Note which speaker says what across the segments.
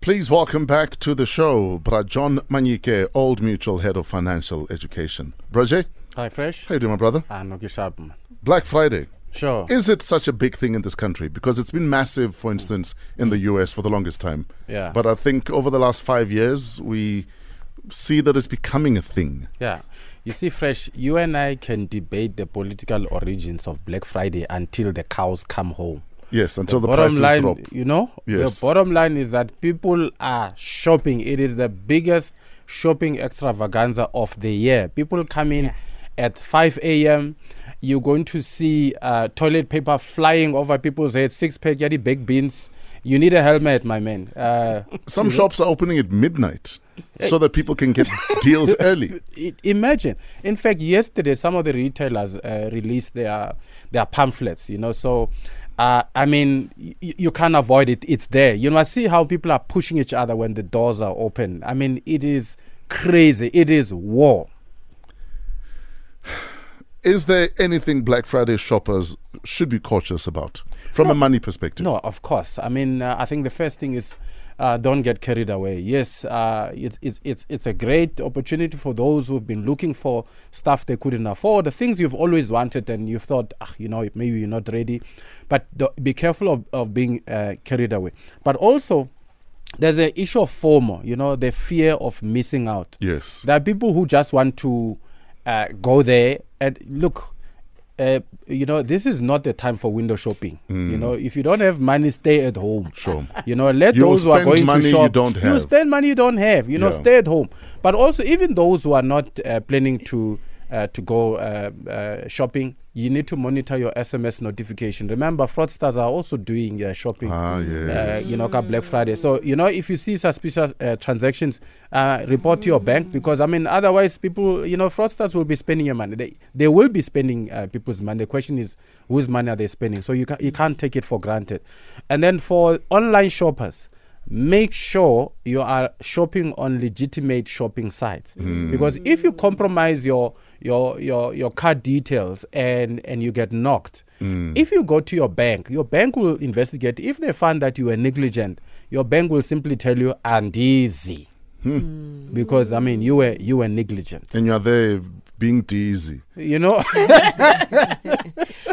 Speaker 1: Please welcome back to the show, Brajon Manike, Old Mutual Head of Financial Education. Braje,
Speaker 2: Hi, Fresh.
Speaker 1: how you doing, my brother?
Speaker 2: Ah, no, you sharp, man.
Speaker 1: Black Friday.
Speaker 2: Sure.
Speaker 1: Is it such a big thing in this country? Because it's been massive, for instance, in the US for the longest time.
Speaker 2: Yeah.
Speaker 1: But I think over the last five years, we see that it's becoming a thing.
Speaker 2: Yeah. You see, Fresh, you and I can debate the political origins of Black Friday until the cows come home.
Speaker 1: Yes, until the,
Speaker 2: bottom
Speaker 1: prices
Speaker 2: line,
Speaker 1: drop.
Speaker 2: you know,
Speaker 1: Yes.
Speaker 2: the bottom line is that people are shopping. It is the biggest shopping extravaganza of the year. People come in at 5 a.m. You're going to see uh, toilet paper flying over people's heads, six pack, yadi baked beans. You need a helmet, my man. Uh,
Speaker 1: Some shops are opening at midnight so that people can get deals early.
Speaker 2: I- imagine. In fact, yesterday some of the retailers uh, released their their pamphlets. You know, so uh, I mean, y- y- you can't avoid it. It's there. You must see how people are pushing each other when the doors are open. I mean, it is crazy. It is war.
Speaker 1: Is there anything Black Friday shoppers should be cautious about from a money perspective?
Speaker 2: No, of course. I mean, uh, I think the first thing is uh, don't get carried away. Yes, uh, it's, it's, it's, it's a great opportunity for those who've been looking for stuff they couldn't afford, the things you've always wanted and you've thought, ah, you know, maybe you're not ready. But do- be careful of, of being uh, carried away. But also, there's an issue of FOMO, you know, the fear of missing out.
Speaker 1: Yes.
Speaker 2: There are people who just want to uh, go there and look. Uh, you know, this is not the time for window shopping. You
Speaker 1: Mm.
Speaker 2: know, if you don't have money, stay at home.
Speaker 1: Sure.
Speaker 2: You know, let
Speaker 1: You will
Speaker 2: those who are
Speaker 1: spend
Speaker 2: going
Speaker 1: money
Speaker 2: to
Speaker 1: you
Speaker 2: shop.
Speaker 1: don't
Speaker 2: You
Speaker 1: have.
Speaker 2: spend money you don't have. You know,
Speaker 1: Yeah.
Speaker 2: stay at home. But also, even those who are not uh, planning to uh, to go uh, uh, shopping, you need to monitor your SMS notification. Remember, fraudsters are also doing uh, shopping.
Speaker 1: Ah, yes.
Speaker 2: Uh, you know, ka Black Friday. So, you know, if you see suspicious uh, transactions, uh, report to your bank because, I mean, otherwise, people, you know, fraudsters will be spending your money. They, they will be spending uh, people's money. The question is, whose money are they spending? So, you, ca- you can't take it for granted. And then for online shoppers, make sure you are shopping on legitimate shopping sites because if you compromise your your your your card details and and you get knocked if you go to your bank your bank will investigate if they find that you were negligent your bank will simply tell you and easy because i mean you were you were negligent
Speaker 1: And you're there being dizzy.
Speaker 2: you know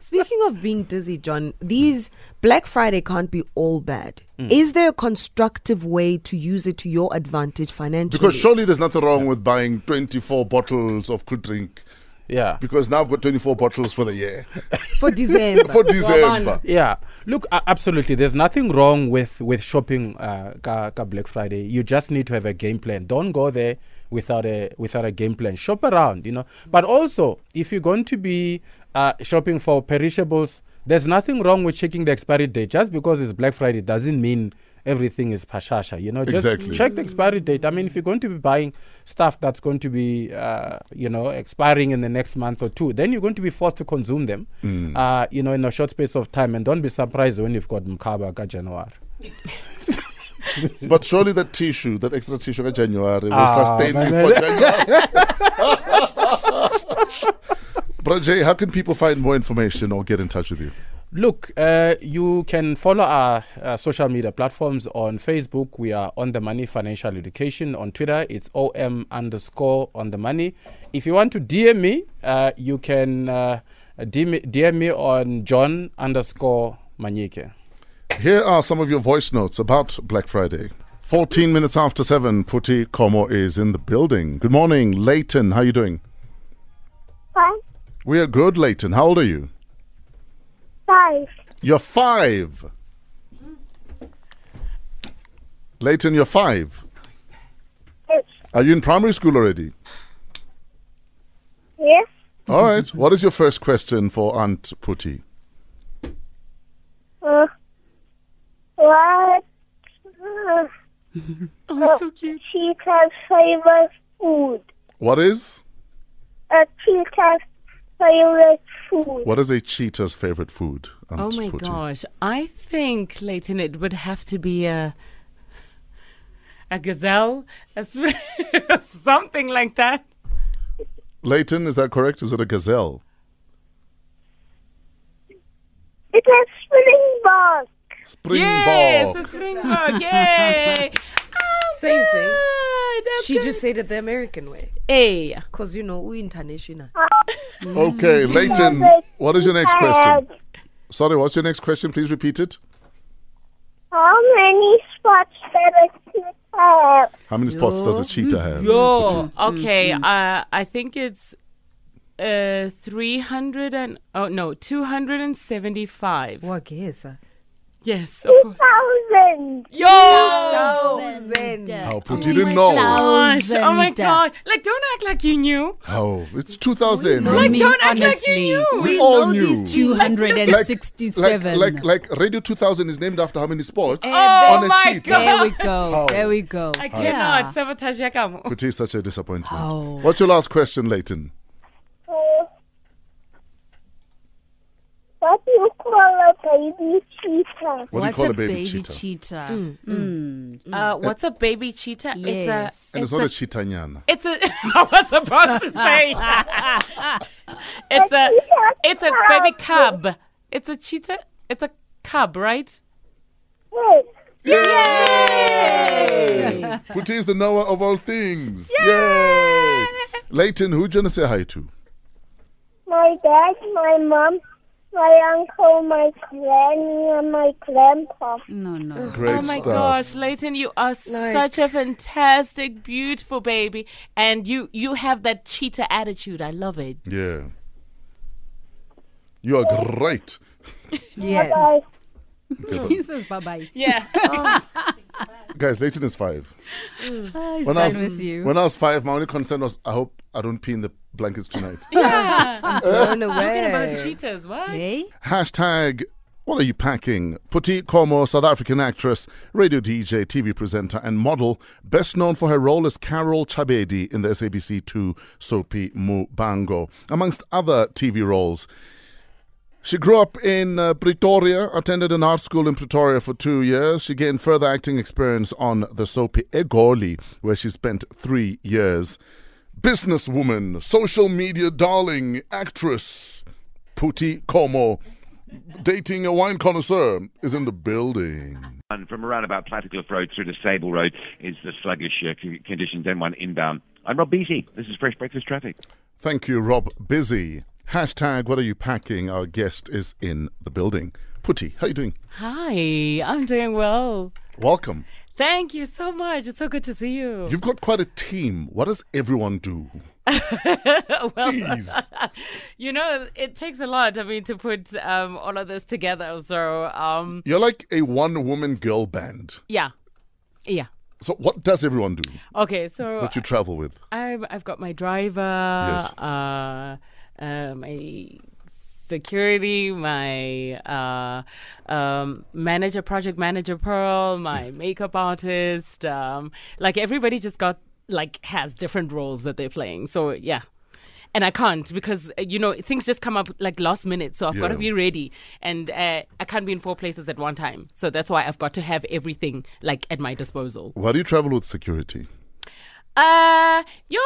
Speaker 3: Speaking of being dizzy, John, these Black Friday can't be all bad.
Speaker 1: Mm.
Speaker 3: Is there a constructive way to use it to your advantage financially?
Speaker 1: Because surely there's nothing wrong with buying 24 bottles of cool drink
Speaker 2: yeah
Speaker 1: because now I've got 24 bottles for the year.
Speaker 3: for December,
Speaker 1: for December.
Speaker 2: Yeah, look, uh, absolutely. There's nothing wrong with with shopping uh, ka, ka Black Friday. You just need to have a game plan. Don't go there without a without a game plan. Shop around, you know. But also, if you're going to be uh, shopping for perishables, there's nothing wrong with checking the expiry date. Just because it's Black Friday doesn't mean everything is pashasha. You know, just
Speaker 1: Exactly.
Speaker 2: check the expiry date. I mean, if you're going to be buying stuff that's going to be, uh, you know, expiring in the next month or two, then you're going to be forced to consume them, uh, you know, in a short space of time. And don't be surprised when you've got Mkaba ka January.
Speaker 1: But surely that tissue, that extra tissue in January, will
Speaker 2: Ah,
Speaker 1: sustain
Speaker 2: my
Speaker 1: you
Speaker 2: man.
Speaker 1: for January. Bro Jay, how can people find more information or get in touch with you?
Speaker 2: Look, uh, you can follow our uh, social media platforms on Facebook. We are On The Money Financial Education. On Twitter, it's OM underscore On The Money. If you want to DM me, uh, you can uh, DM, me- DM me on John underscore Manyike.
Speaker 1: Here are some of your voice notes about Black Friday. 14 minutes after 7, Puti Komo is in the building. Good morning, Leighton. How you doing?
Speaker 4: Five,
Speaker 1: We are good, Leighton. How old are you?
Speaker 4: five,
Speaker 1: You're five. Leighton, you're five.
Speaker 4: six.
Speaker 1: Are you in primary school already?
Speaker 4: Yes,
Speaker 1: All right. What is your first question for Aunt Puti?
Speaker 4: uh, what? Uh,
Speaker 3: Oh, so cute.
Speaker 4: teacher's favorite food.
Speaker 1: What is
Speaker 4: A teacher's favorite food.
Speaker 1: what is a cheetah's favorite food? Aunt
Speaker 5: Oh my
Speaker 1: Puti?
Speaker 5: gosh. I think, Leighton, it would have to be a a gazelle, a sw- something like that.
Speaker 1: Leighton, is that correct? Is it a gazelle?
Speaker 4: It has spinning balls.
Speaker 1: Springbok.
Speaker 5: yes, a springbok. Yay!
Speaker 3: Same thing.
Speaker 5: Good,
Speaker 3: She
Speaker 5: okay.
Speaker 3: just said it the American way.
Speaker 5: Hey.
Speaker 3: Because, you know, we international.
Speaker 5: Ah.
Speaker 1: Okay, Leighton, what is your next question? Sorry, what's your next question? Please repeat it.
Speaker 4: How many spots does a cheetah have?
Speaker 1: How many spots does a cheetah have?
Speaker 5: Yo. Okay. Uh, I think it's uh 300 and oh no 275
Speaker 3: Wageza.
Speaker 5: yes of course
Speaker 4: Thousand.
Speaker 5: yo
Speaker 1: Oh, Puti didn't know.
Speaker 5: gosh. oh my god like don't act like you knew
Speaker 1: Oh, it's 2000.
Speaker 6: No,
Speaker 5: like
Speaker 6: Me,
Speaker 5: don't act like
Speaker 6: honestly.
Speaker 5: you knew
Speaker 1: We
Speaker 6: We
Speaker 1: all
Speaker 6: know
Speaker 1: knew.
Speaker 6: these 267.
Speaker 1: Like, like, like, like Radio 2000 is named after how many sports?
Speaker 5: Oh
Speaker 1: on a
Speaker 5: my
Speaker 1: cheetah.
Speaker 5: God.
Speaker 6: there we
Speaker 1: Oh.
Speaker 6: go. There we go.
Speaker 5: I cannot sabotage your camo.
Speaker 1: Puti is such a disappointment.
Speaker 6: Oh.
Speaker 1: What's your last question, Leighton?
Speaker 4: Uh, What do you call a baby cheetah?
Speaker 1: What
Speaker 6: What's
Speaker 1: do you call
Speaker 6: a
Speaker 1: a baby, Mm. cheetah?
Speaker 5: Uh, what's a baby cheetah?
Speaker 6: Yes.
Speaker 5: It's a.
Speaker 1: And it's, not a cheetahnyana.
Speaker 5: It's a. I was about to say. it's a. It's a baby cub. It's a cheetah. It's a cub, right?
Speaker 4: Yes.
Speaker 1: Puti is the knower of all things. Yay! Leighton, who do you want to say hi to?
Speaker 4: My dad, my mom, my uncle, my granny, and my grandpa.
Speaker 6: No, no.
Speaker 1: Great
Speaker 5: oh my
Speaker 1: stuff.
Speaker 5: gosh, Leighton, you are such a fantastic, beautiful baby, and you you have that cheetah attitude. I love it.
Speaker 1: Yeah. You are great.
Speaker 3: Yes.
Speaker 4: Bye.
Speaker 6: He says bye bye.
Speaker 5: Yeah.
Speaker 1: Guys, Leighton is five.
Speaker 6: He's
Speaker 1: When I, was,
Speaker 6: done with you.
Speaker 1: when I was five, my only concern was I hope I don't pee in the blankets tonight.
Speaker 3: Blown away.
Speaker 5: Talking about cheetahs, what?
Speaker 6: Hey?
Speaker 1: Hashtag, what are you packing? Puti Komo, South African actress, radio DJ, TV presenter, and model, best known for her role as Carol Chabedi in the SABC2 soapy Mubango, amongst other TV roles. She grew up in uh, Pretoria, attended an art school in Pretoria for two years. She gained further acting experience on the soap Egoli, where she spent three years. Businesswoman, social media darling, actress, Puti Como, dating a wine connoisseur, is in the building.
Speaker 7: And from around about Plattekill Road through to Sable Road is the sluggish uh, c- conditions, M1 inbound. I'm Rob Beatty. This is Fresh Breakfast Traffic.
Speaker 1: Thank you, Rob Busy. Hashtag, what are you packing? Our guest is in the building. Puti, how you doing?
Speaker 5: Hi, I'm doing well.
Speaker 1: Welcome.
Speaker 5: Thank you so much. It's so good to see you.
Speaker 1: You've got quite a team. What does everyone do? Jeez.
Speaker 5: You know, it takes a lot. I mean, to put um, all of this together. So, um,
Speaker 1: You're like a one woman girl band.
Speaker 5: yeah, yeah.
Speaker 1: So, what does everyone do
Speaker 5: Okay, so
Speaker 1: that you travel with?
Speaker 5: I've I've got my driver,
Speaker 1: Yes.
Speaker 5: uh, uh, my security, my uh, um, manager, project manager Pearl, my makeup artist. Um, like everybody just got like has different roles that they're playing. So yeah. And I can't because uh, you know things just come up like last minute, so I've got to
Speaker 1: Yeah.
Speaker 5: be ready, and uh, I can't be in four places at one time. So that's why I've got to have everything like at my disposal.
Speaker 1: Why do you travel with security?
Speaker 5: Uh, yo,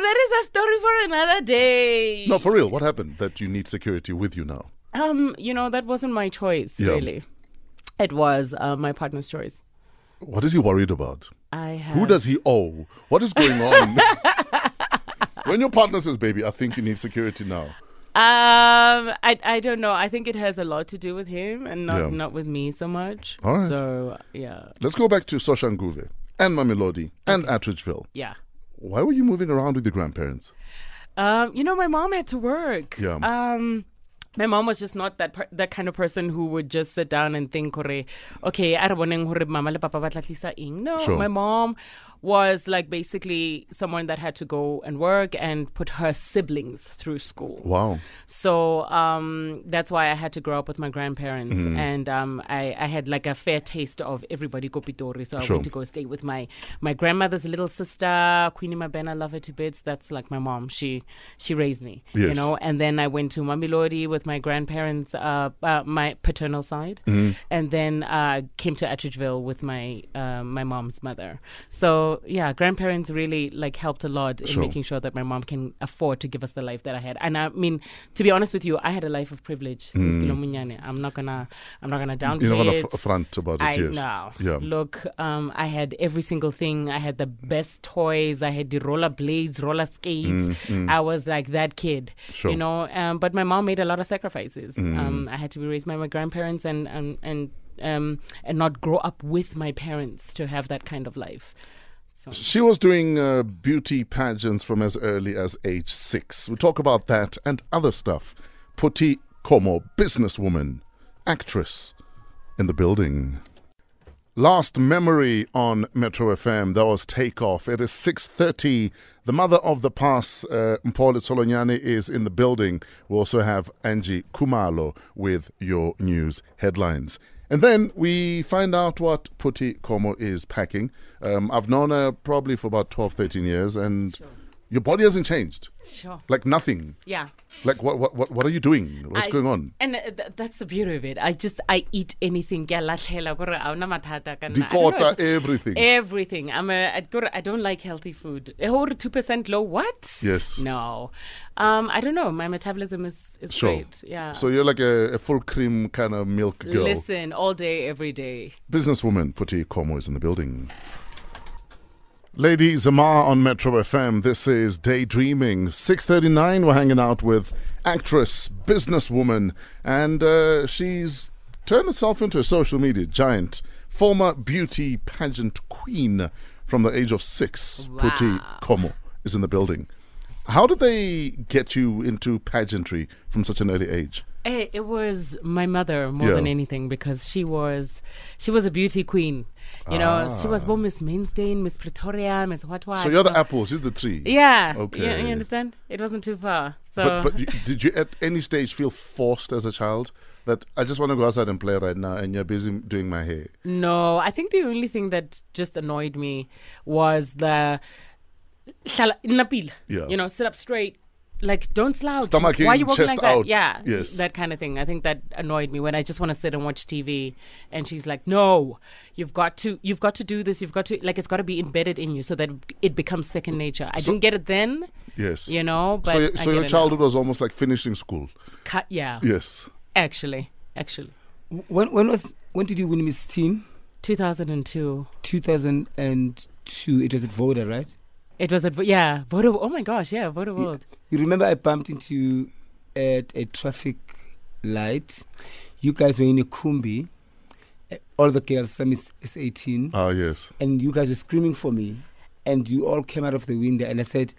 Speaker 5: that is a story for another day.
Speaker 1: No, for real, what happened that you need security with you now?
Speaker 5: Um, you know, that wasn't my choice,
Speaker 1: Yeah.
Speaker 5: really. It was uh, my partner's choice.
Speaker 1: What is he worried about?
Speaker 5: I have.
Speaker 1: Who does he owe? What is going on? when your partner says, baby, I think you need security now.
Speaker 5: Um, I I don't know. I think it has a lot to do with him and not
Speaker 1: Yeah.
Speaker 5: not with me so much.
Speaker 1: All right.
Speaker 5: So yeah,
Speaker 1: Let's go back to Soshanguve and Mamelodi and Attridgeville.
Speaker 5: yeah.
Speaker 1: Why were you moving around with your grandparents?
Speaker 5: Um, you know, my mom had to work.
Speaker 1: Yeah.
Speaker 5: Um, my mom was just not that per- that kind of person who would just sit down and think, "Hore, okay, I don't want mama le papa ba tla tlisa eng." No,
Speaker 1: Sure.
Speaker 5: my mom was like basically someone that had to go and work and put her siblings through school.
Speaker 1: Wow.
Speaker 5: So um, that's why I had to grow up with my grandparents,
Speaker 1: Mm-hmm.
Speaker 5: and um, I, I had like a fair taste of everybody kopitori. So I
Speaker 1: Sure.
Speaker 5: went to go stay with my my grandmother's little sister, Queenie Mabena, love her to bits. That's like my mom. She she raised me, you
Speaker 1: Yes.
Speaker 5: know. And then I went to Mamilodi with my grandparents, uh, uh, my paternal
Speaker 1: Mm-hmm.
Speaker 5: side, and then uh, came to Attridgeville with my uh, my mom's mother. So So yeah, grandparents really like helped a lot in
Speaker 1: Sure.
Speaker 5: making sure that my mom can afford to give us the life that I had. And I mean, to be honest with you, I had a life of privilege. since Kilomunyane. I'm not gonna, I'm not gonna downplay
Speaker 1: Mm. You're not going
Speaker 5: it.
Speaker 1: to front about it,
Speaker 5: I
Speaker 1: yes.
Speaker 5: know.
Speaker 1: Yeah.
Speaker 5: Look, um, I had every single thing. I had the best toys. I had the roller blades, roller skates. I was like that kid,
Speaker 1: Mm, Sure. Mm.
Speaker 5: you know. Um, but my mom made a lot of sacrifices. Um, I had to be raised by my grandparents and and and um, and not grow up with my parents to have that kind of life.
Speaker 1: She was doing uh, beauty pageants from as early as age six. We talk about that and other stuff. Puti Komo, businesswoman, actress in the building. Last memory on Metro FM. That was takeoff. It is six thirty. The mother of the past, uh, Mpole Solonyane, is in the building. We also have Angie Kumalo with your news headlines, and then we find out what Puti Komo is packing. Um, I've known her probably for about 12, 13 years, and your body hasn't changed.
Speaker 5: Sure.
Speaker 1: Like nothing.
Speaker 5: Yeah.
Speaker 1: Like what? What? What, what are you doing? What's
Speaker 5: I-
Speaker 1: going on?
Speaker 5: And uh, th- that's the beauty of it. I just I eat anything. Ke a latlhela, kore ha hona mathata ka nna. I don't know,
Speaker 1: Dikota,
Speaker 5: it's-
Speaker 1: everything.
Speaker 5: Everything. I'm a. I kore I don't like healthy food. Eh, Or two percent low. What?
Speaker 1: Yes.
Speaker 5: No. Um. I don't know. My metabolism is is
Speaker 1: Sure.
Speaker 5: great. Yeah.
Speaker 1: So you're like a, a full cream kind of milk girl.
Speaker 5: listen all day every day.
Speaker 1: Businesswoman Puti Komo is in the building. Lady Zamar on Metro FM. This is Daydreaming. 6.39, we're hanging out with actress, businesswoman, and uh, she's turned herself into a social media giant. Former beauty pageant queen from the age of six, Puti Komo, is in the building. How did they get you into pageantry from such an early age?
Speaker 5: Eh, It was my mother more
Speaker 1: Yeah.
Speaker 5: than anything because she was she was a beauty queen. You know, she was both Miss Mainstain, Miss Pretoria, Miss What What.
Speaker 1: Ah. So you're the apple, she's the tree.
Speaker 5: Yeah.
Speaker 1: Okay.
Speaker 5: You, you understand? It wasn't too far. So
Speaker 1: But, but you, did you at any stage feel forced as a child that I just want to go outside and play right now and you're busy doing my hair?
Speaker 5: No, I think the only thing that just annoyed me was the Hlala- napil.
Speaker 1: Yeah.
Speaker 5: You know, sit up straight. Like, don't slouch.
Speaker 1: Stomach
Speaker 5: Why
Speaker 1: in,
Speaker 5: you walking
Speaker 1: chest
Speaker 5: like that?
Speaker 1: out.
Speaker 5: Yeah.
Speaker 1: Yes.
Speaker 5: That kind of thing. I think that annoyed me when I just want to sit and watch TV. And she's like, no, you've got to, you've got to do this. You've got to, like, it's got to be embedded in you so that it becomes second nature. I didn't get it then.
Speaker 1: Yes.
Speaker 5: You know, but
Speaker 1: so
Speaker 5: I
Speaker 1: y- so
Speaker 5: get
Speaker 1: your
Speaker 5: it
Speaker 1: childhood was almost like finishing school.
Speaker 5: now. Ca- yeah.
Speaker 1: Yes.
Speaker 5: Actually, actually.
Speaker 8: When when was when did you win Miss Teen?
Speaker 5: 2002.
Speaker 8: 2002. It was at Voda, right?
Speaker 5: It was at, Vo- yeah, Voda, oh my gosh, yeah, Voda World.
Speaker 8: You remember I bumped into you at a traffic light. You guys were in a kumbi. Uh, All the girls, some is, is 18,
Speaker 1: Ah, yes.
Speaker 8: and you guys were screaming for me, and you all came out of the window, and I said,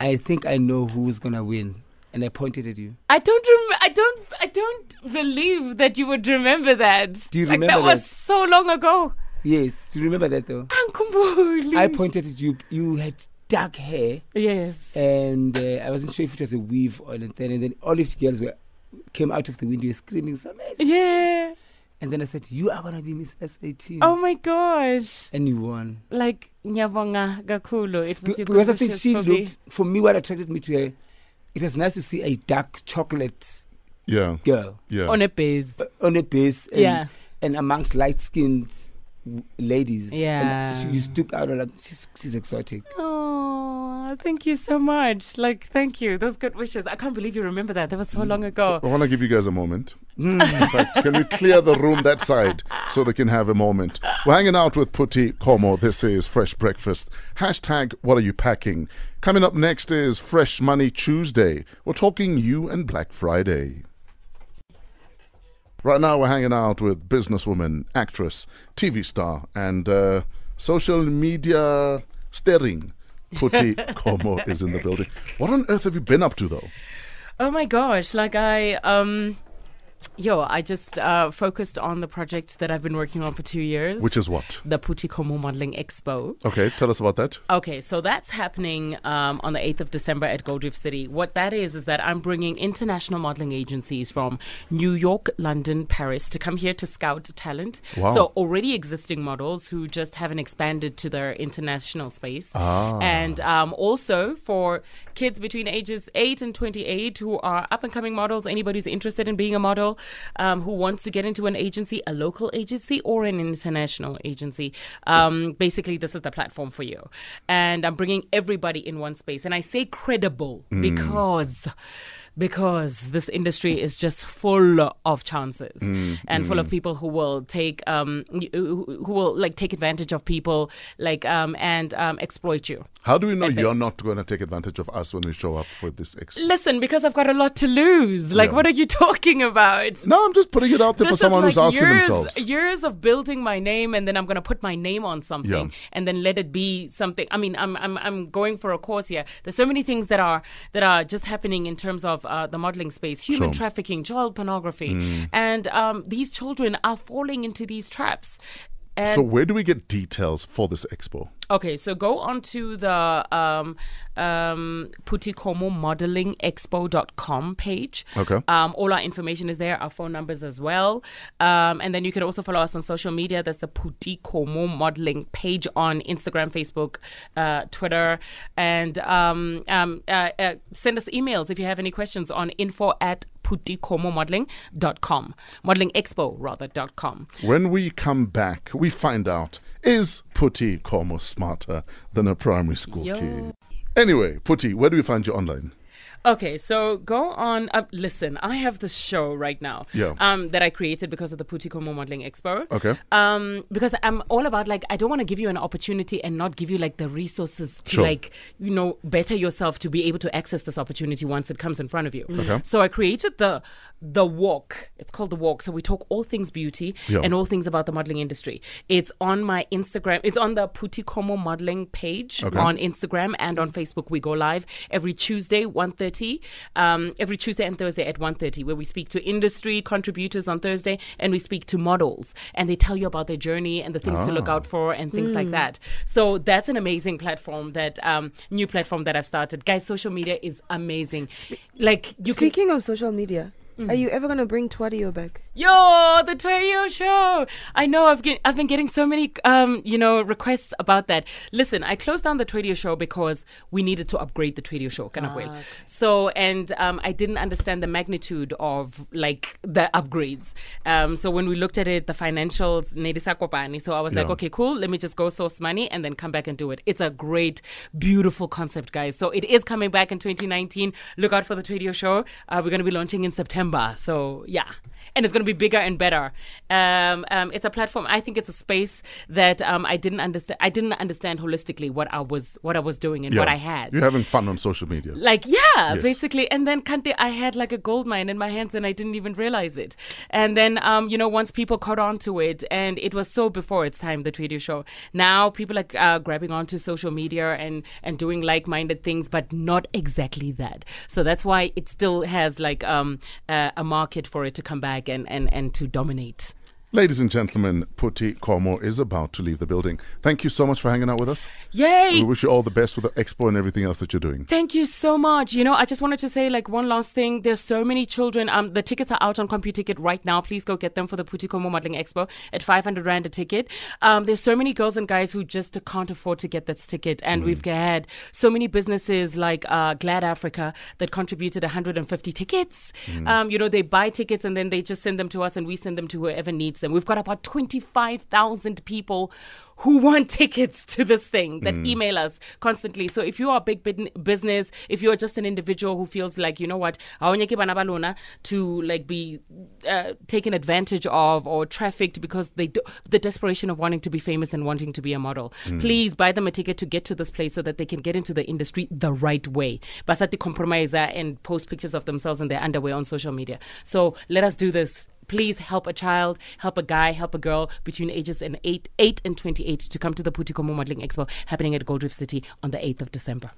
Speaker 8: "I think I know who's gonna win," and I pointed at you.
Speaker 5: I don't rem- I don't I don't believe that you would remember that.
Speaker 8: Do you
Speaker 5: like,
Speaker 8: remember
Speaker 5: that was
Speaker 8: that?
Speaker 5: so long ago.
Speaker 8: Yes, do you remember that though?
Speaker 5: Uncle
Speaker 8: I pointed at you. You had dark hair,
Speaker 5: Yes.
Speaker 8: and uh, I wasn't sure if it was a weave or anything. And then all of the girls were came out of the window screaming, "Samesi!"
Speaker 5: Yeah.
Speaker 8: And then I said, "You are gonna be Miss S18,"
Speaker 5: Oh my gosh.
Speaker 8: and you won.
Speaker 5: Like nyabonga gakulu. It was
Speaker 8: Be-
Speaker 5: your
Speaker 8: because I
Speaker 5: good
Speaker 8: think
Speaker 5: wishes
Speaker 8: she
Speaker 5: for me.
Speaker 8: looked for me. What attracted me to her, it was nice to see a dark chocolate
Speaker 1: Yeah.
Speaker 8: girl
Speaker 1: Yeah.
Speaker 5: on a base.
Speaker 8: uh, on a base, and,
Speaker 5: Yeah.
Speaker 8: and amongst light-skinned w- ladies.
Speaker 5: Yeah.
Speaker 8: and she, you stood out like she's, she's exotic.
Speaker 5: Oh, thank you so much. Like thank you. Those good wishes. I can't believe you remember that. That was
Speaker 8: Mm.
Speaker 5: so long ago.
Speaker 1: I want to give you guys a moment. In fact, can we clear the room that side so they can have a moment? We're hanging out with Puti Komo. This is Fresh Breakfast. Hashtag What Are You Packing? Coming up next is Fresh Money Tuesday. We're talking you and Black Friday. Right now, we're hanging out with businesswoman, actress, TV star, and uh, social media staring. Puti Komo is in the building. What on earth have you been up to, though?
Speaker 5: Oh my gosh, like I um yo, I just uh focused on the project that I've been working on for 2 years.
Speaker 1: Which is what?
Speaker 5: the Putikomo Modeling Expo.
Speaker 1: Okay, tell us about that.
Speaker 5: Okay, so that's happening um, on the 8th of December at Gold Reef City. What that is, is that I'm bringing international modeling agencies from New York, London, Paris to come here to scout talent.
Speaker 1: Wow.
Speaker 5: So already existing models who just haven't expanded to their international space. And um, also for kids between ages 8 and 28 who are up and coming models, anybody who's interested in being a model, girl um, who wants to get into an agency, a local agency or an international agency. Um, basically, this is the platform for you. And I'm bringing everybody in one space. And I say credible because because this industry is just full of chances and full of people who will take um y- who who will like take advantage of people like um and um exploit you
Speaker 1: How do we know
Speaker 5: At
Speaker 1: you're
Speaker 5: best.
Speaker 1: not going to take advantage of us when we show up for this expo?
Speaker 5: listen because i've got a lot to lose like
Speaker 1: Yeah.
Speaker 5: what are you talking about
Speaker 1: No, I'm just putting it out there for
Speaker 5: This is
Speaker 1: someone who's
Speaker 5: like
Speaker 1: asking
Speaker 5: years,
Speaker 1: themselves.
Speaker 5: years of building my name, and then I'm gonna put my name on something,
Speaker 1: Yeah.
Speaker 5: and then let it be something. I mean, I'm I'm I'm going for a course here. There's so many things that are that are just happening in terms of uh, the modeling space, human
Speaker 1: Sure. Mm.
Speaker 5: trafficking, child pornography, and um, these children are falling into these traps. And
Speaker 1: So where do we get details for this expo?
Speaker 5: Okay, so go on to the um, um, Putikomo Modeling Expo.com page.
Speaker 1: Okay.
Speaker 5: Um, all our information is there, our phone numbers as well. Um, and then you can also follow us on social media. That's the Putikomo Modeling page on Instagram, Facebook, uh, Twitter. And um, um, uh, uh, send us emails if you have any questions on info at putikomomodeling.com. Modeling Expo, rather, dot com.
Speaker 1: When we come back, we find out is Putti Como smarter than a primary school
Speaker 5: Yo.
Speaker 1: kid? Anyway, Putti, where do we find you online?
Speaker 5: Okay, so go on. Uh, listen, I have this show right now.
Speaker 1: Yeah.
Speaker 5: Um, that I created because of the Putikomo Modeling Expo.
Speaker 1: Okay.
Speaker 5: Um, because I'm all about like I don't want to give you an opportunity and not give you like the resources to
Speaker 1: Sure.
Speaker 5: like you know better yourself to be able to access this opportunity once it comes in front of you.
Speaker 1: Mm-hmm. Okay.
Speaker 5: So I created the the walk. It's called the walk. So we talk all things beauty
Speaker 1: Yeah.
Speaker 5: and all things about the modeling industry. It's on my Instagram. It's on the Putikomo Modeling page
Speaker 1: Okay.
Speaker 5: on Instagram and on Facebook. We go live every Tuesday, 1.30, um, every Tuesday and Thursday at 1.30, where we speak to industry contributors on Thursday and we speak to models. And they tell you about their journey and the things to look out for and things like that. So that's an amazing platform that, um, new platform that I've started. Guys, social media is amazing. Like, you can
Speaker 3: Speaking of social media,
Speaker 5: Mm.
Speaker 3: are you ever gonna bring Twadio back?
Speaker 5: Yo, the Toyo show. I know I've get, I've been getting so many um, you know, requests about that. Listen, I closed down the Toyo show because we needed to upgrade the Toyo show, kind of way. So, and um, I didn't understand the magnitude of like the upgrades. Um, so when we looked at it, the financials, Nedisa Kopani. So I was like,
Speaker 1: Yeah.
Speaker 5: okay, cool. Let me just go source money and then come back and do it. It's a great, beautiful concept, guys. So it is coming back in 2019. Look out for the Tradio show. Uh, we're going to be launching in September. So yeah, and it's going to be bigger and better. Um, um, it's a platform. I think it's a space that um, I didn't understand. I didn't understand holistically what I was what I was doing and what I had.
Speaker 1: You're having fun on social media.
Speaker 5: Like yeah,
Speaker 1: Yes.
Speaker 5: basically. And then Kante, I had like a gold mine in my hands, and I didn't even realize it. And then um, you know, once people caught on to it, and it was so before its time, the radio show. Now people are uh, grabbing onto social media and and doing like-minded things, but not exactly that. So that's why it still has like um uh, a market for it to come back and and and to dominate.
Speaker 1: Ladies and gentlemen, Putti Como is about to leave the building. Thank you so much for hanging out with us.
Speaker 5: Yay!
Speaker 1: We wish you all the best with the expo and everything else that you're doing.
Speaker 5: Thank you so much. You know, I just wanted to say like one last thing. There's so many children. Um, the tickets are out on CompuTicket right now. Please go get them for the Putikomo Modeling Expo at 500 rand a ticket. Um, there's so many girls and guys who just can't afford to get this ticket, and we've had so many businesses like uh, Glad Africa that contributed 150 tickets. Um, you know, they buy tickets and then they just send them to us, and we send them to whoever needs them. We've got about 25,000 people who want tickets to this thing that email us constantly. So if you are a big bid- business, if you are just an individual who feels like, you know what, aonyeke bana ba lona to like be uh, taken advantage of or trafficked because they do, the desperation of wanting to be famous and wanting to be a model, please buy them a ticket to get to this place so that they can get into the industry the right way. Basati compromise uh, and post pictures of themselves in their underwear on social media. So let us do this please help a child, help a guy, help a girl between ages and 8, 8 and 28 to come to the Putikomo Modeling Expo happening at Goldreef City on the 8th of December.